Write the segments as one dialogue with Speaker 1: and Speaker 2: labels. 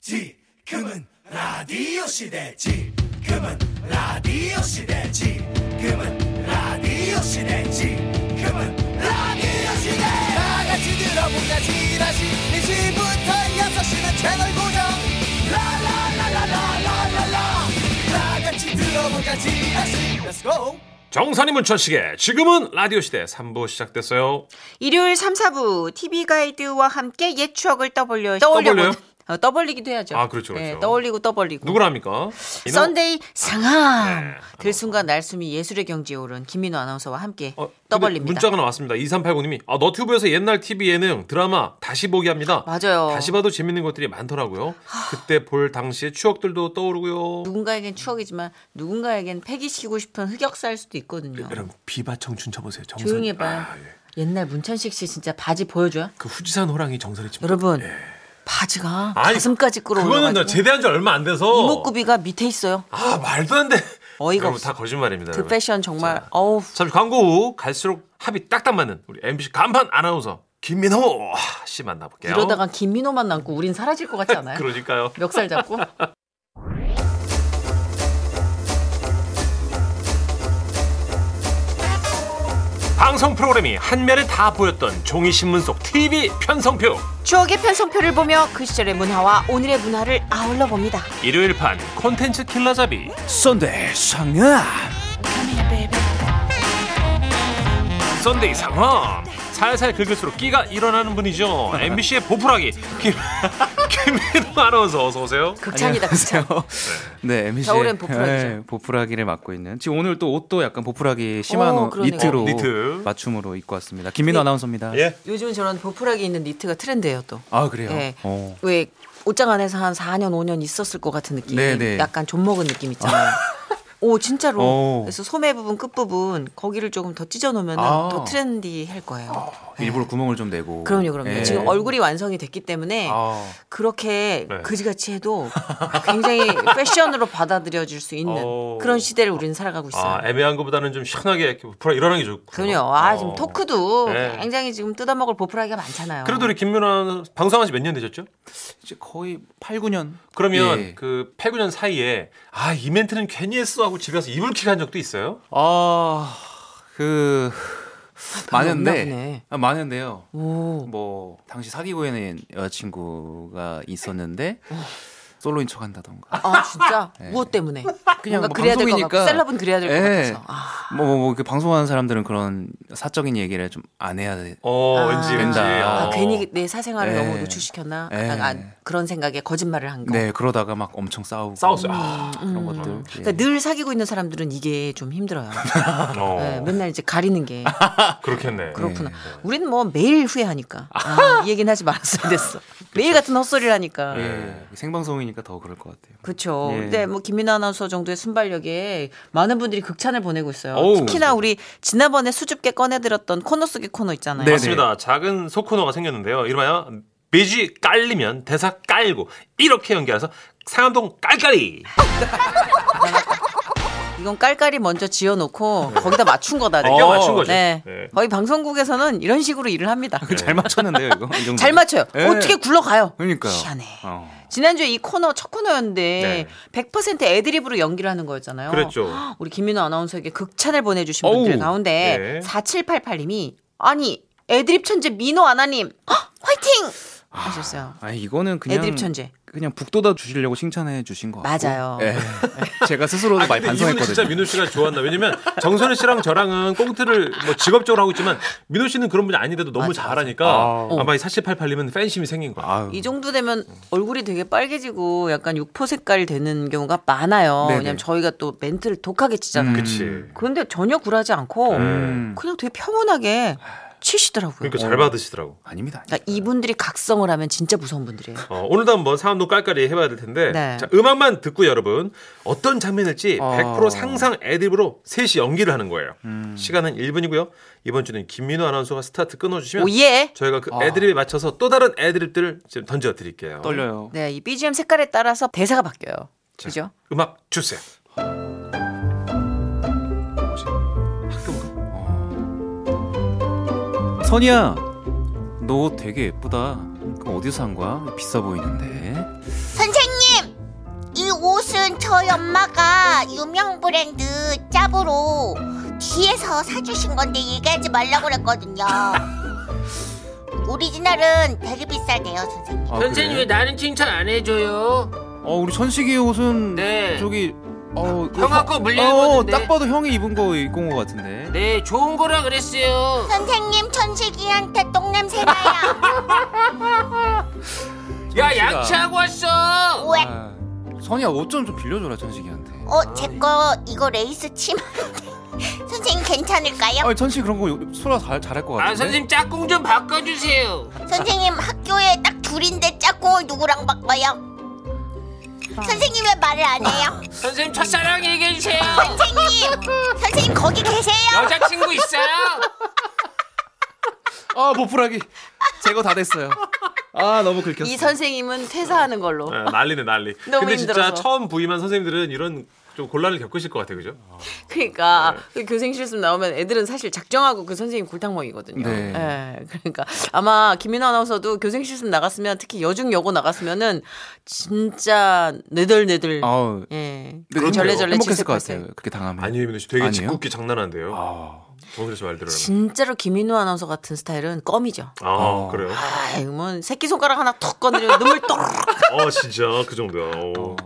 Speaker 1: 지금은 라디오 시대 지금은 라디오 시대 지금은 라디오 시대 지금은 라디오 시대 다 같이 들어보자 지라시 2시부터 6시는 채널 고정 라라라라라라라라 다 같이 들어보자 지라시 Let's go
Speaker 2: 정산이 문천식의 지금은 라디오 시대 3부 시작됐어요.
Speaker 3: 일요일 3, 4부 TV 가이드와 함께 옛 추억을 떠벌려
Speaker 2: 떠벌려요?
Speaker 3: 떠올려보는- 어, 떠벌리기도 해야죠.
Speaker 2: 아, 그렇죠, 그렇죠.
Speaker 3: 네, 떠올리고 떠벌리고.
Speaker 2: 누구라 합니까? 이놈-
Speaker 3: 썬데이 상암
Speaker 2: 네.
Speaker 3: 들숨과 날숨이 예술의 경지에 오른 김민호 아나운서와 함께
Speaker 2: 어, 근데
Speaker 3: 떠벌립니다.
Speaker 2: 문자가 나왔습니다. 2389님이 아, 너튜브에서 옛날 TV 예능 드라마 다시 보기 합니다.
Speaker 3: 맞아요.
Speaker 2: 다시 봐도 재밌는 것들이 많더라고요. 그때 볼 당시의 추억들도 떠오르고요.
Speaker 3: 누군가에겐 추억이지만 누군가에겐 폐기시키고 싶은 흑역사일 수도 있거든요.
Speaker 2: 여러분 비바 청춘 쳐보세요. 정선-
Speaker 3: 조용히 해봐요.
Speaker 2: 네, 아, 예.
Speaker 3: 옛날 문천식 씨 진짜 바지 보여줘요?
Speaker 2: 그 후지산 호랑이 정선이 집.
Speaker 3: 여러분 바지가
Speaker 2: 예. 아니,
Speaker 3: 가슴까지
Speaker 2: 그거는 나
Speaker 3: 끌어올려가지고
Speaker 2: 제대한 지 얼마 안 돼서
Speaker 3: 이목구비가 밑에 있어요.
Speaker 2: 아 말도 안 돼.
Speaker 3: 어이가
Speaker 2: 여러분,
Speaker 3: 없어.
Speaker 2: 다 거짓말입니다.
Speaker 3: 그
Speaker 2: 여러분.
Speaker 3: 패션 정말 어우
Speaker 2: 잠시 광고 후 갈수록 합이 딱딱 맞는 우리 MBC 간판 아나운서 김민호 씨 만나볼게요.
Speaker 3: 이러다가 김민호만 남고 우린 사라질 것 같지 않아요?
Speaker 2: 그러니까요.
Speaker 3: 멱살 잡고
Speaker 2: 방송 프로그램이 한 면에 다 보였던 종이 신문 속 TV 편성표
Speaker 3: 추억의 편성표를 보며 그 시절의 문화와 오늘의 문화를 아울러 봅니다.
Speaker 2: 일요일판 콘텐츠 킬러잡이
Speaker 1: 썬데이 상암
Speaker 2: 썬데이 상황 살살 긁을수록 끼가 일어나는 분이죠. MBC의 보풀하기 김 김민호 아나운서 어서 오세요.
Speaker 3: 극찬이다 극찬.
Speaker 4: 네, MBC
Speaker 3: 겨울엔 보풀하기죠.
Speaker 4: 예, 보풀하기를 맡고 있는. 지금 오늘 또 옷도 약간 보풀하기 심한
Speaker 3: 어,
Speaker 4: 옷,
Speaker 3: 그러네요. 예.
Speaker 4: 니트로
Speaker 2: 어, 니트. 예.
Speaker 4: 맞춤으로 입고 왔습니다. 김민호 아나운서입니다.
Speaker 3: 요즘 저런 보풀하게 있는 니트가 트렌드예요 또.
Speaker 4: 아 그래요.
Speaker 3: 예.
Speaker 4: 어.
Speaker 3: 왜 옷장 안에서 한 4년 5년 있었을 것 같은 느낌.
Speaker 4: 네네.
Speaker 3: 약간 좀 먹은 느낌 있잖아요. 오 진짜로.
Speaker 4: 오.
Speaker 3: 그래서 소매 부분 끝 부분 거기를 조금 더 찢어 놓으면
Speaker 4: 어. 아.
Speaker 3: 더 트렌디할 거예요.
Speaker 4: 일부러 구멍을 좀
Speaker 2: 뭐.
Speaker 4: 내고.
Speaker 3: 그럼요, 그럼요.
Speaker 4: 예.
Speaker 3: 지금 얼굴이 완성이 됐기 때문에
Speaker 4: 아.
Speaker 3: 그렇게
Speaker 2: 네.
Speaker 3: 그지같이 해도 굉장히 패션으로 받아들여질 수 있는
Speaker 2: 어.
Speaker 3: 그런 시대를 우리는 살아가고 있어요.
Speaker 2: 아 애매한 것보다는 좀 시원하게 이렇게 보풀하 일어나는 게 좋고.
Speaker 3: 그럼요. 아, 지금 토크도
Speaker 2: 네.
Speaker 3: 굉장히 지금 뜯어먹을 보풀하기가 많잖아요.
Speaker 2: 그래도 우리 김민호 아나운서 방송한 지 몇 년 되셨죠?
Speaker 4: 이제 거의 8, 9년.
Speaker 2: 그러면
Speaker 4: 예.
Speaker 2: 그 8, 9년 사이에 아 이 멘트는 괜히 했어 하고 집에 가서 이불킥 한 적도 있어요?
Speaker 4: 아, 그
Speaker 3: 아, 별로 없나 보네.
Speaker 4: 많은데. 아, 많은데요.
Speaker 3: 오.
Speaker 4: 뭐 당시 사귀고 있는 여자친구가 있었는데 솔로인 척한다던가.
Speaker 3: 아, 진짜? 무엇 때문에?
Speaker 4: 그냥
Speaker 3: 뭔가
Speaker 4: 뭐
Speaker 3: 그래야 될 것 같고,
Speaker 4: 방송이니까.
Speaker 3: 셀럽은 그래야 될 것
Speaker 4: 네. 예.
Speaker 3: 같아서. 아,
Speaker 4: 뭐, 뭐, 뭐, 그 방송하는 사람들은 그런 사적인 얘기를 좀 안 해야 돼.
Speaker 2: 어
Speaker 3: 아.
Speaker 2: 왠지 왠지.
Speaker 4: 된다.
Speaker 3: 아,
Speaker 2: 어.
Speaker 3: 괜히 내 사생활을
Speaker 4: 예.
Speaker 3: 너무 노출시켰나?
Speaker 4: 예.
Speaker 3: 약간 안- 그런 생각에 거짓말을 한 거. 음,
Speaker 4: 네, 그러다가 막 엄청 싸우고.
Speaker 2: 싸웠어요. 아,
Speaker 4: 그런 것들. 예.
Speaker 3: 그러니까 늘 사귀고 있는 사람들은 이게 좀 힘들어요.
Speaker 2: 어,
Speaker 3: 예, 맨날 이제 가리는 게
Speaker 2: 그렇겠네. 음.
Speaker 3: 그렇구나. 우리는 뭐 매일 후회하니까. 아, 이 얘기는 하지 말았어야 됐어. 매일 같은 헛소리를 하니까.
Speaker 4: 예. 생방송이니까 더 그럴 것 같아요.
Speaker 3: 그렇죠.
Speaker 4: 예.
Speaker 3: 근데 뭐 김민아 아나운서 정도의 순발력에 많은 분들이 극찬을 보내고 있어요.
Speaker 2: 어우.
Speaker 3: 특히나 우리 지난번에 수줍게 꺼내드렸던 코너 속의 코너 있잖아요.
Speaker 4: 네.
Speaker 2: 맞습니다. 작은 소코너가 생겼는데요. 이름하여 매주 깔리면 대사 깔고 이렇게 연기해서 상암동 깔깔이.
Speaker 3: 이건 깔깔이 먼저 지어놓고 거기다 맞춘 거다.
Speaker 2: 네,
Speaker 3: 지금.
Speaker 2: 껴 맞춘 거죠.
Speaker 3: 네.
Speaker 2: 네.
Speaker 3: 거의 방송국에서는 이런 식으로 일을 합니다.
Speaker 4: 잘 맞췄는데요, 이거? 이 정도.
Speaker 3: 네. 잘 맞춰요.
Speaker 4: 예.
Speaker 3: 어떻게 굴러가요?
Speaker 4: 그러니까요.
Speaker 3: 희한해.
Speaker 4: 어.
Speaker 3: 지난주에 이 코너 첫 코너였는데 100% 애드립으로 연기를 하는 거였잖아요.
Speaker 2: 네. 그랬죠.
Speaker 3: 우리 김민호 아나운서에게 극찬을 보내주신
Speaker 2: 어우,
Speaker 3: 분들 가운데
Speaker 2: 네.
Speaker 3: 4788님이 아니 애드립 천재 민호 아나님 헉, 화이팅 하셨어요.
Speaker 4: 아, 이거는 그냥.
Speaker 3: 애드립 천재.
Speaker 4: 그냥 북돋아 주시려고 칭찬해 주신 것 같고.
Speaker 3: 맞아요. 네.
Speaker 4: 예. 제가 스스로도
Speaker 2: 아,
Speaker 4: 많이
Speaker 2: 근데 이분 진짜
Speaker 4: 반성했거든요.
Speaker 2: 민호 씨가 좋았나? 왜냐면 정선희 씨랑 저랑은 꽁트를 뭐 직업적으로 하고 있지만 민호 씨는 그런 분이 아닌데도 너무
Speaker 3: 맞아,
Speaker 2: 잘하니까
Speaker 4: 아.
Speaker 2: 아마 이 4788님은 팬심이 생긴 거야.
Speaker 4: 아유.
Speaker 3: 이 정도 되면 얼굴이 되게 빨개지고 약간 육포 색깔 되는 경우가 많아요.
Speaker 4: 네네.
Speaker 3: 왜냐면 저희가 또 멘트를 독하게 치잖아요.
Speaker 2: 음. 그치.
Speaker 3: 그런데 전혀 굴하지 않고
Speaker 2: 음.
Speaker 3: 그냥 되게 평온하게 치시더라고요.
Speaker 2: 그러니까 잘 받으시더라고.
Speaker 4: 아닙니다.
Speaker 3: 그러니까 이분들이 각성을 하면 진짜 무서운 분들이에요.
Speaker 2: 어, 오늘도 한번 상암동 깔깔이 해봐야 될 텐데
Speaker 3: 네.
Speaker 2: 자, 음악만 듣고 여러분 어떤 장면일지
Speaker 4: 어.
Speaker 2: 100% 상상 애드립으로 셋이 연기를 하는 거예요.
Speaker 3: 음.
Speaker 2: 시간은 1분이고요. 이번 주는 김민호 아나운서가 스타트 끊어주시면
Speaker 3: 오예. 아.
Speaker 2: 저희가 그 애드립에 맞춰서 또 다른 애드립들을 지금 던져드릴게요.
Speaker 4: 떨려요.
Speaker 3: 네, 이 BGM 색깔에 따라서 대사가 바뀌어요.
Speaker 2: 자,
Speaker 3: 그죠?
Speaker 2: 음악 주세요.
Speaker 3: 네.
Speaker 4: 선이야, 너 옷 되게 예쁘다. 그럼 어디서 산 거야? 비싸 보이는데.
Speaker 3: 사
Speaker 5: 선생님! 이 옷은 저희 엄마가 유명 브랜드 짭으로 뒤에서 사주신 건데 얘기하지 말라고 그랬거든요. 오리지널은 되게 비싸대요, 선생님.
Speaker 4: 아,
Speaker 6: 선생님
Speaker 4: 그래요?
Speaker 6: 왜 나는 칭찬 안 해줘요?
Speaker 4: 어 우리 천식이 옷은
Speaker 6: 네.
Speaker 4: 저기 어
Speaker 6: 형아 거 물려
Speaker 4: 어,
Speaker 6: 입었는데.
Speaker 4: 딱 봐도 형이 입은 거 입고 온 거 같은데.
Speaker 6: 네 좋은 거라 그랬어요.
Speaker 5: 선생님, 천식이한테 똥냄새 나요.
Speaker 6: 야 양치하고 왔어.
Speaker 5: 왜?
Speaker 4: 아, 선이야 옷 좀 좀 빌려줘라 천식이한테.
Speaker 5: 어, 제 거 이거 레이스 치마인데. 선생님 괜찮을까요?
Speaker 4: 아 천식 그런 거 소라 잘 잘할 것 같은데.
Speaker 6: 아 선생님 짝꿍 좀 바꿔주세요.
Speaker 5: 선생님 학교에 딱 둘인데 짝꿍을 누구랑 바꿔요? 선생님 왜 말을 안 해요?
Speaker 6: 선생님 첫사랑 얘기해 주세요.
Speaker 5: 선생님! 선생님 거기 계세요?
Speaker 6: 여자친구 있어요?
Speaker 4: 아 보풀하기 제거 다 됐어요. 아 너무 긁혔어.
Speaker 3: 이 선생님은 퇴사하는 걸로.
Speaker 2: 아, 난리네 난리.
Speaker 3: 너무
Speaker 2: 근데 진짜
Speaker 3: 힘들어서.
Speaker 2: 처음 부임한 선생님들은 이런 좀 곤란을 겪으실 것 같아요, 그죠?
Speaker 3: 네. 그러니까
Speaker 4: 네.
Speaker 3: 그 교생 실습 나오면 애들은 사실 작정하고 그 선생님 골탕 먹이거든요.
Speaker 4: 네.
Speaker 3: 예, 그러니까 아마 김민아 아나운서도 교생 실습 나갔으면 특히 여중 여고 나갔으면은 진짜 네덜네덜
Speaker 4: 아우
Speaker 3: 예.
Speaker 4: 근데
Speaker 3: 절레절레
Speaker 4: 행복했을 것
Speaker 3: 질색팔색.
Speaker 4: 같아요. 그렇게 당하면.
Speaker 2: 아니요, 민호 씨, 되게
Speaker 4: 아니에요?
Speaker 2: 짓궂기 장난 안 돼요.
Speaker 4: 아,
Speaker 2: 정선씨 말대로.
Speaker 3: 진짜로 김민호 아나운서 같은 스타일은 껌이죠.
Speaker 2: 아,
Speaker 4: 어.
Speaker 2: 그래요?
Speaker 3: 아이, 뭐 새끼 손가락 하나 턱 건드리면 눈물 뚝.
Speaker 2: 어, 진짜 그 정도야. 어.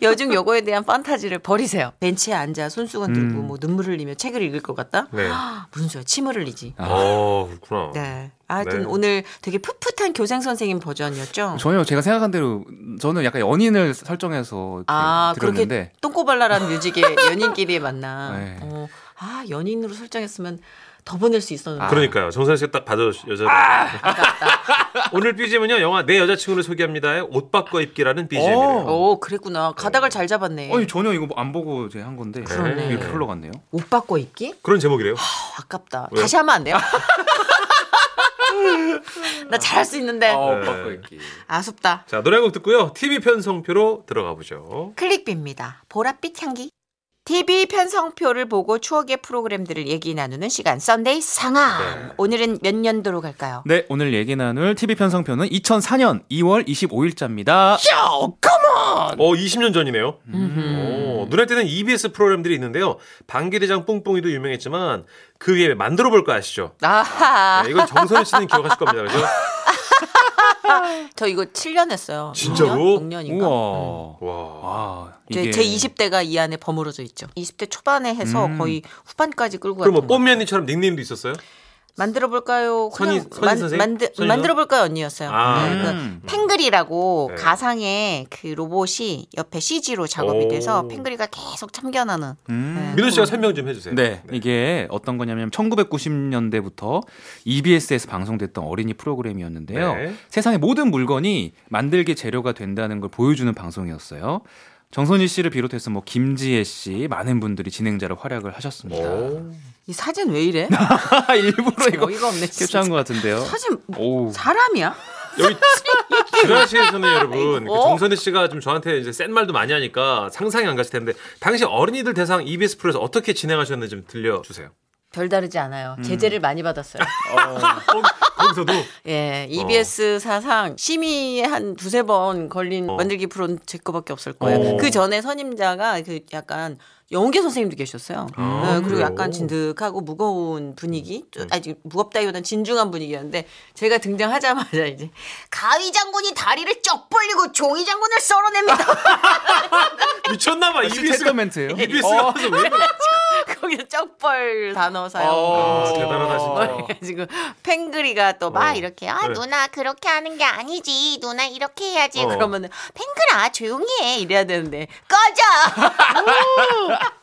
Speaker 3: 여중 여고에 대한 판타지를 버리세요. 벤치에 앉아 손수건 들고
Speaker 4: 음.
Speaker 3: 뭐 눈물을 흘리며 책을 읽을 것 같다? 아,
Speaker 2: 네.
Speaker 3: 무슨 소리야? 침을 흘리지.
Speaker 2: 어, 그렇구나.
Speaker 3: 네. 하여튼
Speaker 2: 네.
Speaker 3: 오늘 되게 풋풋한 교생 선생님 버전이었죠.
Speaker 4: 전혀 제가 생각한 대로 저는 약간 연인을 설정해서
Speaker 3: 아,
Speaker 4: 이렇게
Speaker 3: 그렇게
Speaker 4: 네, 들었는데
Speaker 3: 똥꼬발랄한 뮤직의 연인끼리의 만남.
Speaker 4: 네.
Speaker 3: 어, 아, 연인으로 설정했으면 더 보낼 수
Speaker 4: 아,
Speaker 3: 있었는데.
Speaker 2: 그러니까요. 정선 씨가 딱 받아 여자를. 오늘 BGM은요. 영화 내 여자친구를 소개합니다의 옷 바꿔 입기라는 BGM이에요.
Speaker 3: 오, 어, 그랬구나. 가닥을 잘 잡았네.
Speaker 4: 아니 전혀 이거 뭐 안 보고 제가 한 건데
Speaker 2: 그러네.
Speaker 4: 이렇게 흘러갔네요.
Speaker 3: 옷 바꿔 입기?
Speaker 2: 그런 제목이래요.
Speaker 3: 어, 아깝다.
Speaker 2: 왜요?
Speaker 3: 다시 하면 안 돼요? 나 잘할 수 있는데.
Speaker 4: 어.
Speaker 2: 네.
Speaker 3: 아쉽다.
Speaker 2: 자, 노래 한 곡 듣고요. TV 편성표로 들어가 보죠.
Speaker 3: 클릭비입니다. 보랏빛 향기. TV 편성표를 보고 추억의 프로그램들을 얘기 나누는 시간 썬데이
Speaker 2: 네.
Speaker 3: 상암. 오늘은 몇 년도로 갈까요?
Speaker 4: 네, 오늘 얘기 나눌 TV 편성표는 2004년 2월 25일자입니다.
Speaker 2: 어, 20년 전이네요. 오, 눈에 띄는 EBS 프로그램들이 있는데요. 방귀대장 뿡뿡이도 유명했지만 그 위에 만들어 볼 거 음. 아시죠?
Speaker 3: 아하.
Speaker 2: 네, 이건 정선희 씨는 기억하실 겁니다. 그죠?
Speaker 3: 네. 저 이거 7년 했어요.
Speaker 2: 진짜로?
Speaker 3: 6년인가? 음.
Speaker 4: 우와.
Speaker 2: 와.
Speaker 4: 와.
Speaker 3: 제,
Speaker 4: 이게
Speaker 3: 제 20대가 이 안에 버무려져 있죠. 20대 초반에 해서
Speaker 4: 음.
Speaker 3: 거의 후반까지 끌고
Speaker 2: 그럼
Speaker 3: 갔던
Speaker 2: 뭐
Speaker 3: 것 같아요.
Speaker 2: 뽐면이처럼 닉네임도 있었어요?
Speaker 3: 만들어 볼까요? 그냥
Speaker 2: 선희- 선희 선생님?
Speaker 3: 만들
Speaker 2: 선희
Speaker 3: 만들어 볼까요 언니였어요.
Speaker 2: 아.
Speaker 3: 네, 그
Speaker 4: 음.
Speaker 3: 팽글이라고
Speaker 2: 네.
Speaker 3: 가상의 그 로봇이 옆에 CG로 작업이
Speaker 2: 오.
Speaker 3: 돼서 팽글이가 계속 참견하는 네.
Speaker 4: 음.
Speaker 2: 민호 씨가 설명 좀 해주세요.
Speaker 4: 네, 이게 어떤 거냐면 1990년대부터 EBS에서 방송됐던 어린이 프로그램이었는데요.
Speaker 2: 네.
Speaker 4: 세상의 모든 물건이 만들기 재료가 된다는 걸 보여주는 방송이었어요. 정선희 씨를 비롯해서 뭐 김지혜 씨 많은 분들이 진행자로 활약을 하셨습니다.
Speaker 2: 오.
Speaker 3: 이 사진 왜 이래?
Speaker 4: 일부러 이거
Speaker 3: 어이가 없네. 진짜.
Speaker 4: 캡처한 것 같은데요.
Speaker 3: 사진 뭐,
Speaker 4: 오.
Speaker 3: 사람이야?
Speaker 2: 여기 지라시에서는 여러분 그
Speaker 3: 어?
Speaker 2: 정선희 씨가 좀 저한테 이제 센 말도 많이 하니까 상상이 안 가실 텐데 당시 어린이들 대상 EBS 프로에서 어떻게 진행하셨는지 좀 들려주세요.
Speaker 3: 별다르지 않아요. 제재를 많이 받았어요.
Speaker 2: 거- 거기서도
Speaker 3: 예, EBS 사상 심의에 한 두세 번 걸린 만들기 프로는 제 거밖에 없을 거예요.
Speaker 2: 어.
Speaker 3: 그 전에 선임자가 그 약간 영계 선생님도 계셨어요.
Speaker 2: 아,
Speaker 3: 예, 그리고
Speaker 2: 그래요?
Speaker 3: 약간 진득하고 무거운 분위기, 좀- 아니 무겁다기보다는 진중한 분위기였는데 제가 등장하자마자 이제
Speaker 5: 가위 장군이 다리를 쩍 벌리고 종이 장군을 썰어냅니다.
Speaker 2: 미쳤나봐
Speaker 4: 아,
Speaker 2: E EBS 가
Speaker 4: 실패 멘트예요.
Speaker 3: E
Speaker 2: EBS가 와서 왜 이래?
Speaker 3: 거기서 쩍벌 단어 사용.
Speaker 2: 아, 대단하다 진짜.
Speaker 3: 지금 팽그리가 또 막
Speaker 2: 어.
Speaker 3: 이렇게
Speaker 5: 아,
Speaker 3: 아,
Speaker 2: 네.
Speaker 5: 누나 그렇게 하는 게 아니지. 누나 이렇게 해야지.
Speaker 2: 어.
Speaker 3: 그러면은 팽그라 조용히 해 이래야 되는데 그 꺼져.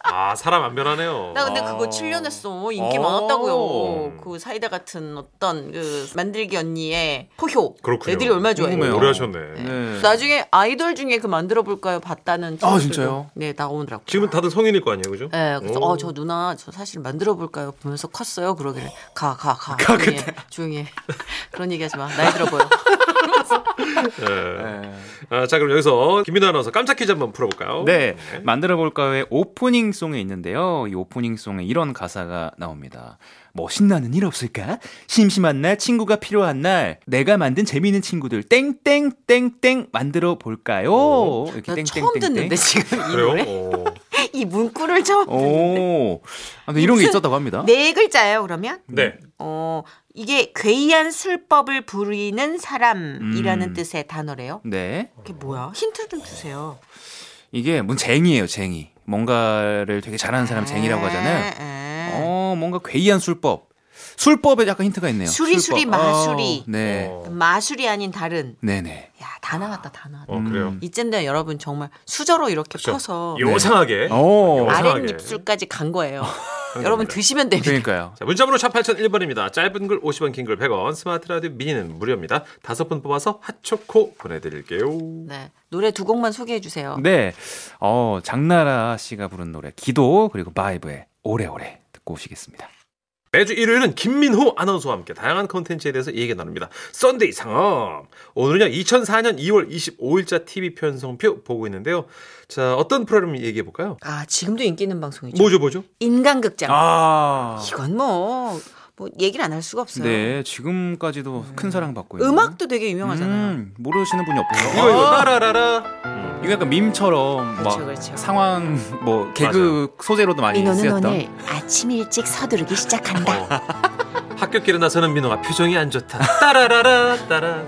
Speaker 2: 아 사람 안 변하네요.
Speaker 3: 나 근데 그거 7년 했어. 인기
Speaker 4: 어.
Speaker 3: 많았다고요. 그 사이다 같은 어떤 그 만들기 언니의 포효.
Speaker 2: 그렇군요.
Speaker 3: 애들이 얼마나 좋아해요.
Speaker 4: 궁금해요.
Speaker 2: 오래 하셨네.
Speaker 4: 네.
Speaker 3: 나중에 아이돌 중에 그 만들어 볼까요? 봤다는
Speaker 4: 아,
Speaker 3: 친구들도
Speaker 4: 진짜요?
Speaker 3: 네, 나오더라고.
Speaker 2: 지금은 다들 성인일 거 아니에요, 그죠?
Speaker 3: 네, 그래서
Speaker 2: 오.
Speaker 3: 어 저 누나 저 사실 만들어 볼까요? 보면서 컸어요. 그러길래 가 가 가. 조용히 해. 조용히 해. 그런 얘기하지 마. 나이 들어 보여.
Speaker 2: 예.
Speaker 4: 네.
Speaker 2: 아, 자 그럼 여기서 김민호 아나운서 깜짝 퀴즈 한번 풀어볼까요?
Speaker 4: 네, 만들어 볼까요의 오프닝 송에 있는데요. 이 오프닝 송에 이런 가사가 나옵니다. 뭐 신나는 일 없을까? 심심한 날 친구가 필요한 날 내가 만든 재미있는 친구들 땡땡땡땡 만들어 볼까요? 이렇게
Speaker 3: 나 처음 듣는데 지금 이
Speaker 2: 그래요?
Speaker 3: 노래
Speaker 2: 오.
Speaker 3: 이 문구를 처음 듣는데
Speaker 4: 오, 아무튼 이런 게
Speaker 3: 무슨-
Speaker 4: 있었다고 합니다.
Speaker 3: 네 글자예요 그러면
Speaker 2: 네.
Speaker 3: 어 이게 괴이한 술법을 부리는 사람이라는
Speaker 4: 음.
Speaker 3: 뜻의 단어래요
Speaker 4: 네,
Speaker 3: 이게 뭐야 힌트 좀 주세요
Speaker 4: 이게 문쟁이에요, 쟁이. 뭔가를 되게 잘하는 사람
Speaker 3: 네.
Speaker 4: 쟁이라고 하잖아요.
Speaker 3: 에, 에.
Speaker 4: 어, 뭔가 괴이한 술법. 술법에 약간 힌트가 있네요.
Speaker 3: 수리, 수리,
Speaker 4: 술법.
Speaker 3: 마수리.
Speaker 4: 어, 아. 네,
Speaker 2: 어.
Speaker 3: 마술이 아닌 다른
Speaker 4: 네네.
Speaker 3: 야 다 나왔다 다 나왔다
Speaker 2: 어 그래요.
Speaker 3: 이쯤 되면 여러분 정말 수저로 이렇게
Speaker 2: 그렇죠.
Speaker 3: 퍼서 네,
Speaker 2: 요상하게.
Speaker 4: 어. 오.
Speaker 2: 요상하게.
Speaker 3: 아랫입술까지 간 거예요 여러분 드시면 됩니다
Speaker 4: 그러니까요.
Speaker 2: 자, 문자번호 샵 8001번입니다. 짧은 글 50원, 긴 글 100원, 스마트 라디오 미니는 무료입니다. 다섯 분 뽑아서 핫초코 보내드릴게요.
Speaker 3: 네 노래 두 곡만 소개해 주세요
Speaker 4: 네. 어, 장나라 씨가 부른 노래 기도 그리고 바이브의 오래오래 듣고 오시겠습니다.
Speaker 2: 매주 일요일은 김민호 아나운서와 함께 다양한 콘텐츠에 대해서 얘기 나눕니다. 썬데이 상업. 오늘은요, 2004년 2월 25일자 TV 편성표 보고 있는데요. 자, 어떤 프로그램 얘기해볼까요?
Speaker 3: 아 지금도 인기 있는 방송이죠
Speaker 2: 뭐죠, 뭐죠?
Speaker 3: 인간극장
Speaker 4: 아.
Speaker 3: 이건 뭐, 뭐 얘기를 안 할 수가 없어요.
Speaker 4: 네, 지금까지도 큰 사랑 받고 있는
Speaker 3: 음. 음악도 되게 유명하잖아요.
Speaker 4: 음, 모르시는 분이 없죠.
Speaker 2: 이거, 이거, 따라라라. 음,
Speaker 4: 이거 약간 밈처럼 막
Speaker 3: 그렇죠, 그렇죠.
Speaker 4: 상황 뭐 개그 소재로도 아, 많이
Speaker 3: 민호는
Speaker 4: 쓰였던.
Speaker 3: 오늘 아침 일찍 서두르기 시작한다.
Speaker 2: 어. 합격길에 나서는 민호가 표정이 안 좋다. 따라라라, 따라.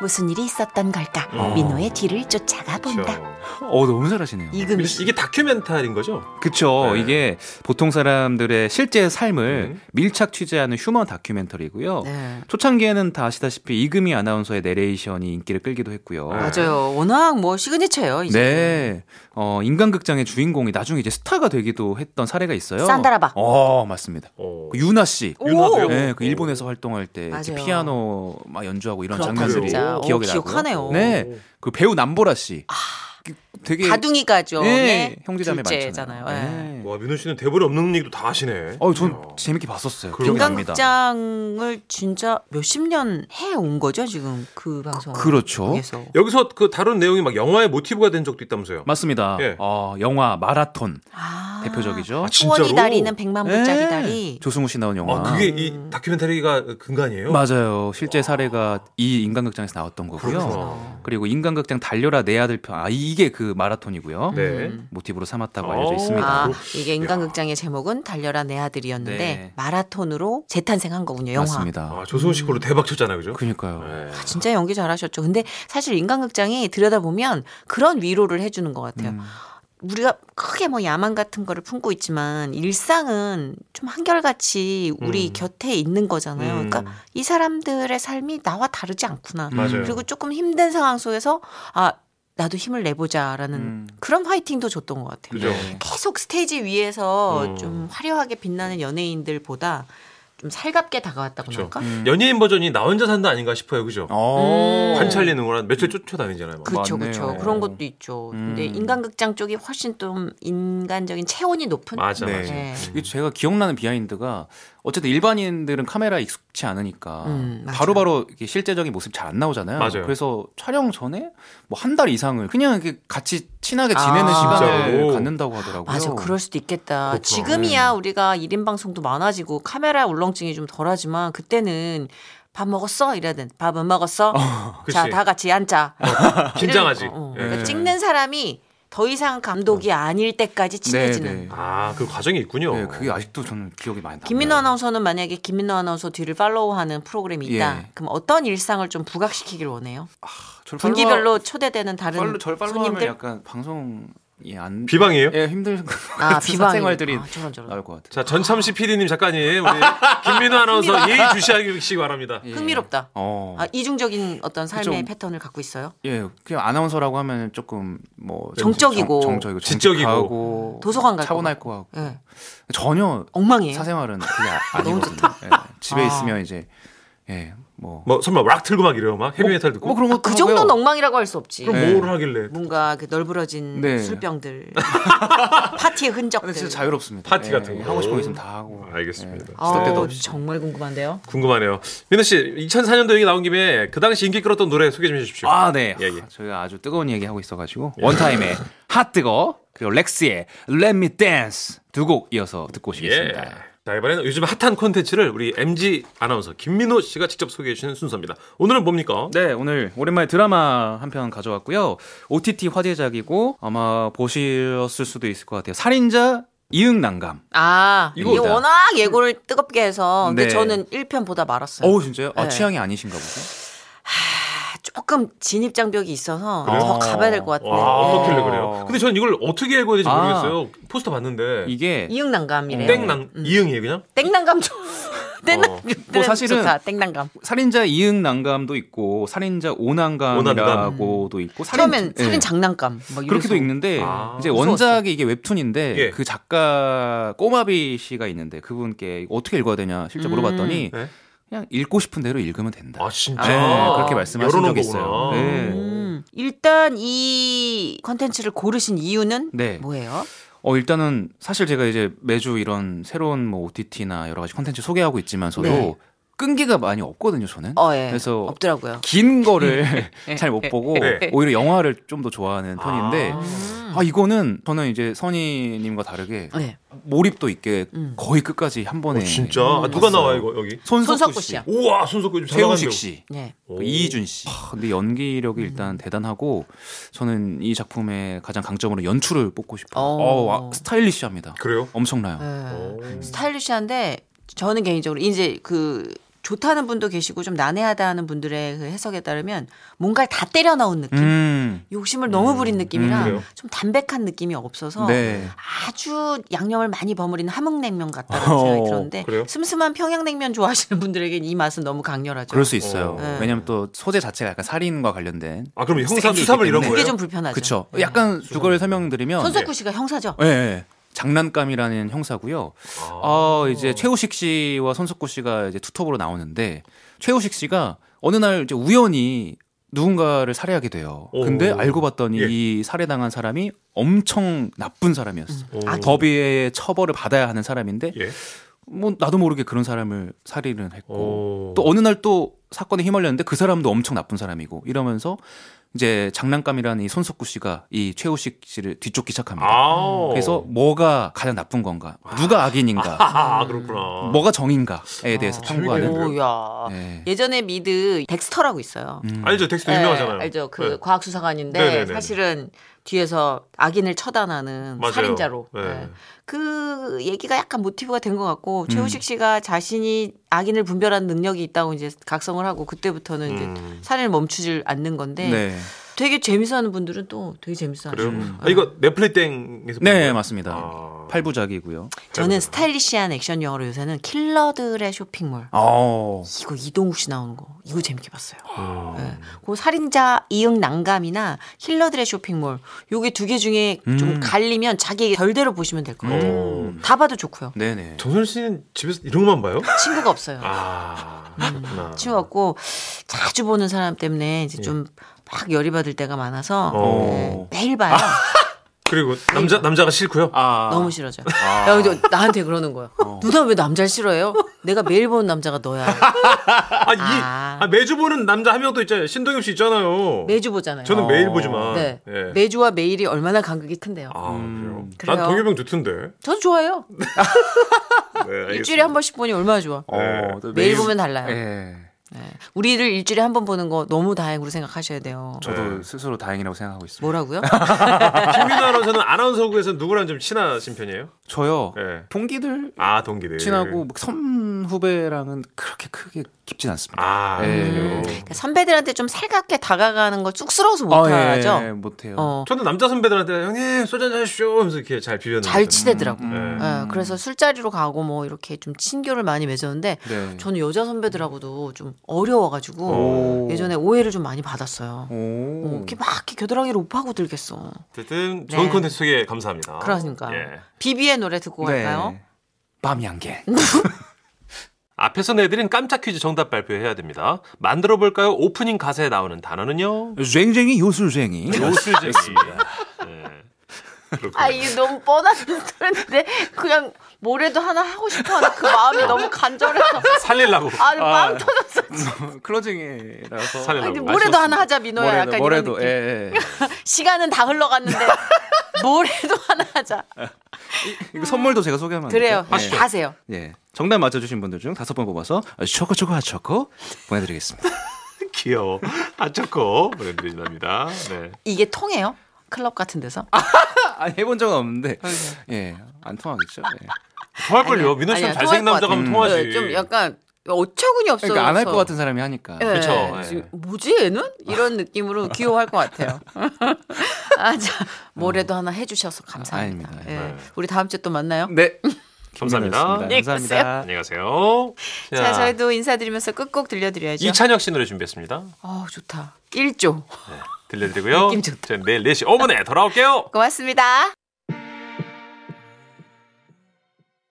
Speaker 3: 무슨 일이 있었던 걸까?
Speaker 2: 어.
Speaker 3: 민호의 뒤를 쫓아가
Speaker 2: 그렇죠.
Speaker 3: 본다.
Speaker 4: 어, 너무 잘하시네요.
Speaker 3: 이금희 씨.
Speaker 2: 이게 다큐멘탈인 거죠?
Speaker 4: 그쵸.
Speaker 2: 네.
Speaker 4: 이게 보통 사람들의 실제 삶을
Speaker 2: 음.
Speaker 4: 밀착 취재하는 휴먼 다큐멘터리고요.
Speaker 3: 네.
Speaker 4: 초창기에는 다 아시다시피 이금희 아나운서의 내레이션이 인기를 끌기도 했고요.
Speaker 2: 네.
Speaker 3: 맞아요. 워낙 뭐 시그니처예요. 이제.
Speaker 4: 네. 어, 인간극장의 주인공이 나중에 이제 스타가 되기도 했던 사례가 네. 있어요.
Speaker 3: 산다라박.
Speaker 4: 어, 맞습니다.
Speaker 2: 어.
Speaker 4: 그 유나 씨.
Speaker 3: 오!
Speaker 2: 윤화도요?
Speaker 4: 네, 그 일본에서 활동할 때 이렇게
Speaker 3: 맞아요.
Speaker 4: 피아노 막 연주하고 이런
Speaker 3: 그렇다,
Speaker 4: 장면들이
Speaker 3: 진짜. 어,
Speaker 4: 기억이 나고.
Speaker 3: 기억하네요.
Speaker 4: 네. 그 배우 남보라 씨. 그- 되게
Speaker 3: 다둥이가죠.
Speaker 4: 네, 형제자매
Speaker 3: 둘째잖아요. 예.
Speaker 4: 많잖아요. 네.
Speaker 2: 와 민호 씨는 대본에 없는 얘기도 다 하시네.
Speaker 4: 어, 전 재밌게 봤었어요.
Speaker 2: 그럼요.
Speaker 4: 기억이 납니다.
Speaker 3: 인간극장을 진짜 몇십 년 해 온 거죠 지금 그 방송.
Speaker 4: 그렇죠.
Speaker 3: 에서
Speaker 2: 여기서 그 다룬 내용이 막 영화의 모티브가 된 적도 있다면서요.
Speaker 4: 맞습니다.
Speaker 2: 예.
Speaker 4: 어, 영화 마라톤
Speaker 3: 아,
Speaker 4: 대표적이죠.
Speaker 2: 아, 진짜로?
Speaker 3: 소원이 다리는 백만 불짜리
Speaker 4: 예.
Speaker 3: 다리.
Speaker 4: 조승우 씨 나온 영화.
Speaker 2: 아 그게 이 다큐멘터리가 근간이에요?
Speaker 4: 맞아요. 실제 사례가 이 인간극장에서 나왔던 거고요.
Speaker 2: 그렇구나.
Speaker 4: 그리고 인간극장 달려라 내 아들 편. 아 이게 그 마라톤이고요.
Speaker 2: 네.
Speaker 4: 모티브로 삼았다고 알려져 있습니다.
Speaker 3: 아,
Speaker 2: 그렇습니다.
Speaker 3: 이게 인간극장의 제목은 달려라 내 아들이었는데
Speaker 4: 네. 마라톤으로
Speaker 3: 마라톤으로 재탄생한 거군요. 영화.
Speaker 4: 맞습니다.
Speaker 2: 아 조승우 씨 걸로 대박 쳤잖아요, 그죠?
Speaker 4: 그러니까요.
Speaker 2: 네.
Speaker 3: 진짜 연기 잘하셨죠. 근데 사실 인간극장이 들여다보면 그런 위로를 해주는 것 같아요.
Speaker 4: 음,
Speaker 3: 우리가 크게 뭐 야망 같은 거를 품고 있지만 일상은 좀 한결같이 우리
Speaker 2: 음.
Speaker 3: 곁에 있는 거잖아요.
Speaker 2: 음.
Speaker 3: 그러니까 이 사람들의 삶이 나와 다르지 않구나.
Speaker 2: 맞아요.
Speaker 3: 음. 그리고 조금 힘든 상황 속에서 아 나도 힘을 내보자라는
Speaker 4: 음.
Speaker 3: 그런 화이팅도 줬던 것 같아요.
Speaker 2: 그죠.
Speaker 4: 네.
Speaker 3: 계속 스테이지 위에서
Speaker 2: 음.
Speaker 3: 좀 화려하게 빛나는 연예인들보다 좀 살갑게 다가왔다고
Speaker 2: 그렇죠.
Speaker 3: 할까?
Speaker 4: 음.
Speaker 2: 연예인 버전이 나 혼자 산다 아닌가 싶어요, 그죠?
Speaker 4: 어.
Speaker 3: 음.
Speaker 2: 관찰리는 거랑 며칠 쫓아다니잖아요. 막.
Speaker 3: 그렇죠, 그렇죠.
Speaker 4: 맞네요.
Speaker 3: 그런 것도 있죠. 근데
Speaker 4: 음.
Speaker 3: 인간극장 쪽이 훨씬 좀 인간적인 체온이 높은.
Speaker 2: 맞아,
Speaker 4: 네.
Speaker 2: 맞아.
Speaker 3: 네.
Speaker 4: 이게 제가 기억나는 비하인드가 어쨌든 일반인들은 카메라 익숙치 않으니까
Speaker 3: 음, 맞아요.
Speaker 4: 바로바로 이렇게 실제적인 모습 잘 안 나오잖아요.
Speaker 2: 맞아요.
Speaker 4: 그래서 촬영 전에 뭐 한 달 이상을 그냥 이렇게 같이 친하게 지내는
Speaker 3: 아,
Speaker 4: 시간을
Speaker 2: 진짜로?
Speaker 4: 갖는다고 하더라고요.
Speaker 3: 맞아, 그럴 수도 있겠다.
Speaker 2: 그렇구나. 네.
Speaker 3: 지금이야 우리가 1인 방송도 많아지고 카메라 울렁증이 좀 덜하지만 그때는 밥 먹었어? 이래야 돼. 밥은 먹었어? 자,
Speaker 2: 그치. 어,
Speaker 3: 다 같이 앉자.
Speaker 2: 긴장하지. 어.
Speaker 3: 이러니까, 어.
Speaker 2: 예.
Speaker 3: 그러니까 찍는 사람이 더 이상 감독이 아닐 때까지 친해지는.
Speaker 4: 네, 네.
Speaker 2: 아, 그 과정이 있군요.
Speaker 4: 네, 그게 아직도 저는 기억이 많이 나요.
Speaker 2: 네.
Speaker 3: 김민호 아나운서는 만약에 김민호 아나운서 뒤를 팔로우하는 프로그램이 있다.
Speaker 4: 예.
Speaker 3: 그럼 어떤 일상을 좀 부각시키길 원해요? 분기별로 초대되는 다른
Speaker 4: 팔로, 절 팔로우 하면
Speaker 3: 손님들
Speaker 4: 약간 방송이 안
Speaker 2: 비방이에요?
Speaker 4: 예, 힘들
Speaker 3: 아, 비방이구나.
Speaker 4: 생활들이
Speaker 3: 아, 저런, 저런.
Speaker 4: 나올 것 같아요.
Speaker 2: 자, 전참시 PD님 작가님, 우리 김민호 아나운서 예의 주시하시기 바랍니다.
Speaker 4: 예.
Speaker 3: 흥미롭다.
Speaker 4: 어.
Speaker 3: 아, 이중적인 어떤 삶의
Speaker 4: 그쵸.
Speaker 3: 패턴을 갖고 있어요?
Speaker 4: 예, 그냥 아나운서라고 하면 조금 뭐
Speaker 3: 정적이고. 음.
Speaker 4: 정, 정적이고
Speaker 2: 지적이고.
Speaker 4: 정직하고
Speaker 3: 도서관 갈
Speaker 4: 차분할 것 같고
Speaker 3: 예.
Speaker 4: 전혀
Speaker 3: 엉망이에요.
Speaker 4: 사생활은 그게 아-
Speaker 3: 너무
Speaker 4: 아니거든요. 예, 집에
Speaker 3: 아.
Speaker 4: 있으면 이제 예 뭐.
Speaker 2: 뭐 설마 락 틀고 막 이래요. 막 헤비메탈 듣고.
Speaker 4: 뭐 그런 것도
Speaker 3: 그
Speaker 4: 하고요.
Speaker 3: 정도는 엉망이라고 할 수 없지.
Speaker 2: 그럼
Speaker 4: 네.
Speaker 2: 뭐를 하길래
Speaker 3: 뭔가 그 널브러진
Speaker 4: 네.
Speaker 3: 술병들, 파티의 흔적들.
Speaker 4: 근데 진짜 자유롭습니다. 예,
Speaker 2: 파티 같은 거.
Speaker 4: 하고 싶은 거 있으면 다 하고.
Speaker 2: 알겠습니다.
Speaker 3: 아우,
Speaker 4: 때도 없이.
Speaker 3: 정말 궁금한데요.
Speaker 2: 궁금하네요. 민호 씨, 2004년도 얘기 나온 김에 그 당시 인기 끌었던 노래 소개 좀 해주십시오.
Speaker 4: 아, 예. 네.
Speaker 2: 예, 예.
Speaker 4: 아, 저희가 아주 뜨거운 얘기 하고 있어가지고 원타임의 핫 뜨거 그리고 렉스의 Let Me Dance 두 곡 이어서
Speaker 2: 예.
Speaker 4: 듣고 오시겠습니다.
Speaker 2: 자 이번에는 요즘 핫한 콘텐츠를 우리 MG 아나운서 김민호 씨가 직접 소개해 주시는 순서입니다. 오늘은 뭡니까?
Speaker 4: 네, 오늘 오랜만에 드라마 한 편 가져왔고요. OTT 화제작이고 아마 보셨을 수도 있을 것 같아요. 살인자 이응 난감.
Speaker 3: 아, 이게
Speaker 4: 이거다.
Speaker 3: 워낙 예고를 뜨겁게 해서 근데
Speaker 4: 네.
Speaker 3: 저는 1편 보다 말았어요.
Speaker 4: 어우, 진짜요? 아,
Speaker 3: 네.
Speaker 4: 취향이 아니신가 보죠.
Speaker 3: 아, 조금 진입 장벽이 있어서
Speaker 4: 그래요?
Speaker 3: 더 가봐야 될 것 같아요.
Speaker 2: 와, 어떻길래
Speaker 4: 예.
Speaker 2: 그래요? 근데 저는 이걸 어떻게 읽어야 될지
Speaker 4: 아.
Speaker 2: 모르겠어요. 포스터 봤는데
Speaker 4: 네. 이게 음.
Speaker 3: 이응난감이래요.
Speaker 2: 땡난 이응이에요, 그냥?
Speaker 3: 땡난감 좋. 땡난.
Speaker 2: 어.
Speaker 4: 뭐 사실은
Speaker 3: 좋다. 땡난감.
Speaker 4: 살인자 이응 난감도 있고 살인자 오난감이라고도 있고
Speaker 3: 처음엔
Speaker 4: 예.
Speaker 3: 살인 장난감. 막 이래서.
Speaker 4: 그렇게도 읽는데
Speaker 2: 아,
Speaker 4: 이제
Speaker 3: 무서웠어.
Speaker 4: 원작이 이게 웹툰인데
Speaker 2: 예.
Speaker 4: 그 작가 꼬마비 씨가 있는데 그분께 이거 어떻게 읽어야 되냐
Speaker 3: 음.
Speaker 4: 실제 물어봤더니
Speaker 3: 예.
Speaker 2: 네.
Speaker 4: 그냥 읽고 싶은 대로 읽으면 된다.
Speaker 2: 아 진짜.
Speaker 4: 네, 그렇게 말씀하신
Speaker 2: 열어놓은
Speaker 4: 적이 있어요.
Speaker 2: 거구나.
Speaker 4: 네.
Speaker 3: 음, 일단 이 컨텐츠를 고르신 이유는
Speaker 4: 네.
Speaker 3: 뭐예요?
Speaker 4: 어 일단은 사실 제가 이제 매주 이런 새로운 뭐 OTT나 여러 가지 콘텐츠 소개하고 있지만서도
Speaker 3: 네.
Speaker 4: 끈기가 많이 없거든요, 저는.
Speaker 3: 어, 예. 예.
Speaker 4: 그래서
Speaker 3: 없더라고요.
Speaker 4: 긴 거를 잘 못 보고
Speaker 2: 네.
Speaker 4: 오히려 영화를 좀 더 좋아하는 편인데
Speaker 3: 음.
Speaker 4: 아 이거는 저는 이제 선희님과 다르게
Speaker 3: 네.
Speaker 4: 몰입도 있게
Speaker 3: 음.
Speaker 4: 거의 끝까지 한 번에
Speaker 2: 진짜. 아, 누가 나와 이거 여기?
Speaker 3: 손석구
Speaker 4: 손석구
Speaker 3: 씨야.
Speaker 4: 씨,
Speaker 2: 우와 손석구 좀
Speaker 4: 네. 최우식 씨,
Speaker 3: 네.
Speaker 2: 오.
Speaker 4: 이희준 씨. 하, 근데 연기력이
Speaker 3: 음.
Speaker 4: 일단 대단하고 저는 이 작품의 가장 강점으로 연출을 뽑고 싶어요.
Speaker 3: 어.
Speaker 4: 어, 와, 스타일리시합니다.
Speaker 2: 그래요?
Speaker 4: 엄청나요.
Speaker 3: 네.
Speaker 4: 어.
Speaker 2: 오.
Speaker 3: 스타일리시한데 저는 개인적으로 이제 그 좋다는 분도 계시고 좀 난해하다는 분들의 그 해석에 따르면 뭔가를 다 때려 넣은 느낌.
Speaker 4: 음.
Speaker 3: 욕심을 너무 부린 느낌이라
Speaker 4: 음,
Speaker 2: 그래요?
Speaker 3: 좀 담백한 느낌이 없어서
Speaker 4: 네.
Speaker 3: 아주 양념을 많이 버무리는 함흥냉면 같다는 생각이
Speaker 4: 어,
Speaker 3: 들었는데
Speaker 2: 그래요?
Speaker 3: 슴슴한 평양냉면 좋아하시는 분들에겐 이 맛은 너무 강렬하죠.
Speaker 4: 그럴 수 있어요.
Speaker 2: 어.
Speaker 3: 네.
Speaker 4: 왜냐면 또 소재 자체가 약간 살인과 관련된
Speaker 2: 아 그럼 형사
Speaker 4: 세게
Speaker 2: 수사물
Speaker 4: 있기
Speaker 2: 이런
Speaker 4: 때문에.
Speaker 3: 그게
Speaker 2: 거예요?
Speaker 3: 좀 불편하죠.
Speaker 4: 그쵸 약간 주거를 설명드리면
Speaker 3: 네. 손석구 씨가 형사죠.
Speaker 4: 예, 예. 장난감이라는 형사고요.
Speaker 2: 아.
Speaker 4: 아, 이제 최우식 씨와 손석구 씨가 이제 투톱으로 나오는데 최우식 씨가 어느 날 이제 우연히 누군가를 살해하게 돼요.
Speaker 2: 오.
Speaker 4: 근데 알고 봤더니
Speaker 2: 예.
Speaker 4: 이 살해당한 사람이 엄청 나쁜 사람이었어.
Speaker 2: 오.
Speaker 4: 요 법의 처벌을 받아야 하는 사람인데
Speaker 2: 음. 예.
Speaker 4: 뭐 나도 모르게 그런 사람을 살인을 했고
Speaker 2: 오.
Speaker 4: 또 어느 날 또 사건에 휘말렸는데 그 사람도 엄청 나쁜 사람이고 이러면서 이제 장난감이라는 이 손석구 씨가 이 최우식 씨를 뒤쫓기 시작합니다.
Speaker 2: 아.
Speaker 4: 그래서 뭐가 가장 나쁜 건가, 누가 악인인가,
Speaker 2: 아 그렇구나.
Speaker 4: 뭐가 정인가에 대해서 탐구하는.
Speaker 2: 재밌겠네요.
Speaker 3: 오야.
Speaker 4: 네.
Speaker 3: 예전에 미드 덱스터라고 있어요.
Speaker 4: 음.
Speaker 2: 알죠 텍스트
Speaker 3: 네,
Speaker 2: 유명하잖아요.
Speaker 3: 알죠. 그
Speaker 2: 네.
Speaker 3: 과학수사관인데
Speaker 2: 네네네네.
Speaker 3: 사실은 뒤에서 악인을 처단하는
Speaker 2: 맞아요.
Speaker 3: 살인자로.
Speaker 2: 네.
Speaker 3: 네. 그 얘기가 약간 모티브가 된 것 같고
Speaker 2: 음.
Speaker 3: 최우식 씨가 자신이 악인을 분별하는 능력이 있다고 이제 각성을 하고 그때부터는
Speaker 2: 음.
Speaker 3: 이제 살인을 멈추질 않는 건데
Speaker 4: 네.
Speaker 3: 되게 재밌어하는 분들은 또 되게 재밌어하죠. 음.
Speaker 2: 그래요? 아, 이거 넷플릭땡에서
Speaker 4: 네, 맞습니다.
Speaker 2: 아.
Speaker 4: 팔부작이고요
Speaker 3: 저는 스타일리시한 액션 영화로 요새는 킬러들의 쇼핑몰.
Speaker 4: 어.
Speaker 3: 이거 이동욱 씨 나오는 거 이거 재밌게 봤어요.
Speaker 2: 아.
Speaker 3: 예. 그 살인자 이응 난감이나 힐러들의 쇼핑몰 요게 두 개 중에 좀
Speaker 4: 음.
Speaker 3: 갈리면 자기 결대로 보시면 될 거예요.
Speaker 2: 음.
Speaker 3: 다 봐도 좋고요.
Speaker 4: 네네.
Speaker 2: 정선 씨는 집에서 이런 것만 봐요?
Speaker 3: 친구가 없어요.
Speaker 2: 아
Speaker 3: 음.
Speaker 2: 그렇구나.
Speaker 3: 친구 없고 자주 보는 사람 때문에 이제 좀 막 열이 받을 때가 많아서
Speaker 2: 어.
Speaker 3: 예, 매일 봐요.
Speaker 2: 그리고
Speaker 3: 네.
Speaker 2: 남자 남자가 싫고요.
Speaker 4: 아.
Speaker 3: 너무 싫어져. 야, 근데 나한테 그러는 거야. 누나 왜 남자를 싫어해요? 내가 매일 보는 남자가 너야.
Speaker 2: 아, 이,
Speaker 3: 아.
Speaker 2: 아, 매주 보는 남자 한 명도 있잖아요. 신동엽 씨 있잖아요.
Speaker 3: 매주 보잖아요.
Speaker 2: 저는
Speaker 4: 어.
Speaker 2: 매일 보지만.
Speaker 3: 네.
Speaker 2: 예.
Speaker 3: 매주와 매일이 얼마나 간극이 큰데요.
Speaker 2: 아,
Speaker 4: 음.
Speaker 2: 그래요? 난
Speaker 3: 그래요.
Speaker 2: 동엽형 좋던데.
Speaker 3: 저도 좋아요.
Speaker 2: 네,
Speaker 3: 일주일에 한 번씩 보니 얼마나 좋아.
Speaker 4: 어, 또
Speaker 3: 매일 보면 달라요.
Speaker 4: 예.
Speaker 3: 네. 우리를 일주일에 한 번 보는 거 너무 다행으로 생각하셔야 돼요.
Speaker 4: 저도 스스로 다행이라고 생각하고 있습니다.
Speaker 3: 뭐라고요? 그러니까
Speaker 2: 김민호 아나운서는 아나운서국에서 누구랑 좀 친하신 편이에요?
Speaker 4: 저요.
Speaker 2: 예.
Speaker 4: 동기들
Speaker 2: 아, 동기들.
Speaker 4: 친하고 막 선후배랑은 그렇게 크게 깊진 않습니다.
Speaker 2: 아,
Speaker 4: 예.
Speaker 2: 그래요.
Speaker 3: 그러니까 선배들한테 좀 살갑게 다가가는 걸 쑥스러워서
Speaker 4: 아,
Speaker 3: 못하죠.
Speaker 4: 예, 못해요.
Speaker 3: 어,
Speaker 2: 저는 남자 선배들한테 형님 소주 한잔 하시오 하면서 이렇게 잘 비벼내는.
Speaker 3: 잘 치대더라고. 요 네.
Speaker 2: 음.
Speaker 3: 예, 그래서 술자리로 가고 뭐 이렇게 좀 친교를 많이 맺었는데
Speaker 4: 네.
Speaker 3: 저는 여자 선배들하고도 좀 어려워가지고
Speaker 4: 오.
Speaker 3: 예전에 오해를 좀 많이 받았어요. 어,
Speaker 4: 오.
Speaker 3: 이렇게 막 이렇게 겨드랑이를 오파고 들겠어.
Speaker 2: 어쨌든
Speaker 3: 네.
Speaker 2: 좋은 콘텐츠 소개 감사합니다.
Speaker 4: 아,
Speaker 3: 그러니까
Speaker 2: 예.
Speaker 4: 네.
Speaker 3: 비비의 노래 듣고 갈까요?
Speaker 4: 밤 양갱.
Speaker 2: 앞에서 내드린 깜짝 퀴즈 정답 발표해야 됩니다. 만들어 볼까요? 오프닝 가사에 나오는 단어는요.
Speaker 4: 쟁쟁이 요술쟁이.
Speaker 2: 요술쟁이입니다. 네.
Speaker 3: 아,
Speaker 2: 그렇군요.
Speaker 3: 이게 너무 뻔한 소리인데 그냥 뭐래도 하나 하고 싶어하는 그 마음이 너무 간절해서
Speaker 2: 살릴라고.
Speaker 3: 아, 마음 터져.
Speaker 4: 클로징이라서.
Speaker 2: 살릴라고.
Speaker 3: 아니, 뭐래도 하나 하자 민호야. 약간 이런
Speaker 4: 뭐래도 뭐래도
Speaker 3: 느낌.
Speaker 4: 예, 예.
Speaker 3: 시간은 다 흘러갔는데 뭐래도 하나 하자.
Speaker 4: 이거 선물도 제가 소개하면 안
Speaker 3: 그래요. 아,
Speaker 4: 될까요?
Speaker 3: 다 하세요.
Speaker 4: 예. 예. 정답 맞춰주신 분들 중 다섯 번 뽑아서 초코 초코 하초코 보내드리겠습니다.
Speaker 2: 귀여워. 아차코 보내드립니다. 네.
Speaker 3: 이게 통해요? 클럽 같은 데서?
Speaker 4: 아니 해본 적은 없는데 예안 통하겠죠.
Speaker 3: 아,
Speaker 4: 예.
Speaker 2: 통할걸요. 민호 씨는
Speaker 3: 네. 아니야,
Speaker 2: 잘생긴
Speaker 3: 통할
Speaker 2: 남자
Speaker 3: 것
Speaker 2: 가면
Speaker 3: 같아.
Speaker 2: 통하지.
Speaker 3: 네, 좀 약간 어처구니 없어서.
Speaker 4: 그러니까 안 할 것 같은 사람이 하니까.
Speaker 3: 예,
Speaker 2: 그쵸, 네.
Speaker 3: 지금 뭐지 얘는? 이런 느낌으로 귀여워할 것 같아요. 아, 자, 뭐래도 하나 해주셔서 감사합니다.
Speaker 4: 아닙니다.
Speaker 3: 예.
Speaker 2: 네.
Speaker 3: 우리 다음 주에 또 만나요.
Speaker 4: 네.
Speaker 2: 감사합니다.
Speaker 3: 네,
Speaker 4: 감사합니다.
Speaker 2: 안녕히 가세요.
Speaker 3: 자, 저희도 인사드리면서 끝곡 들려드려야죠.
Speaker 2: 이찬혁 씨 노래 준비했습니다.
Speaker 3: 어, 좋다. 1조.
Speaker 2: 들려드리고요.
Speaker 3: 느낌 좋다.
Speaker 2: 저희 내일 4시 5분에 돌아올게요.
Speaker 3: 고맙습니다.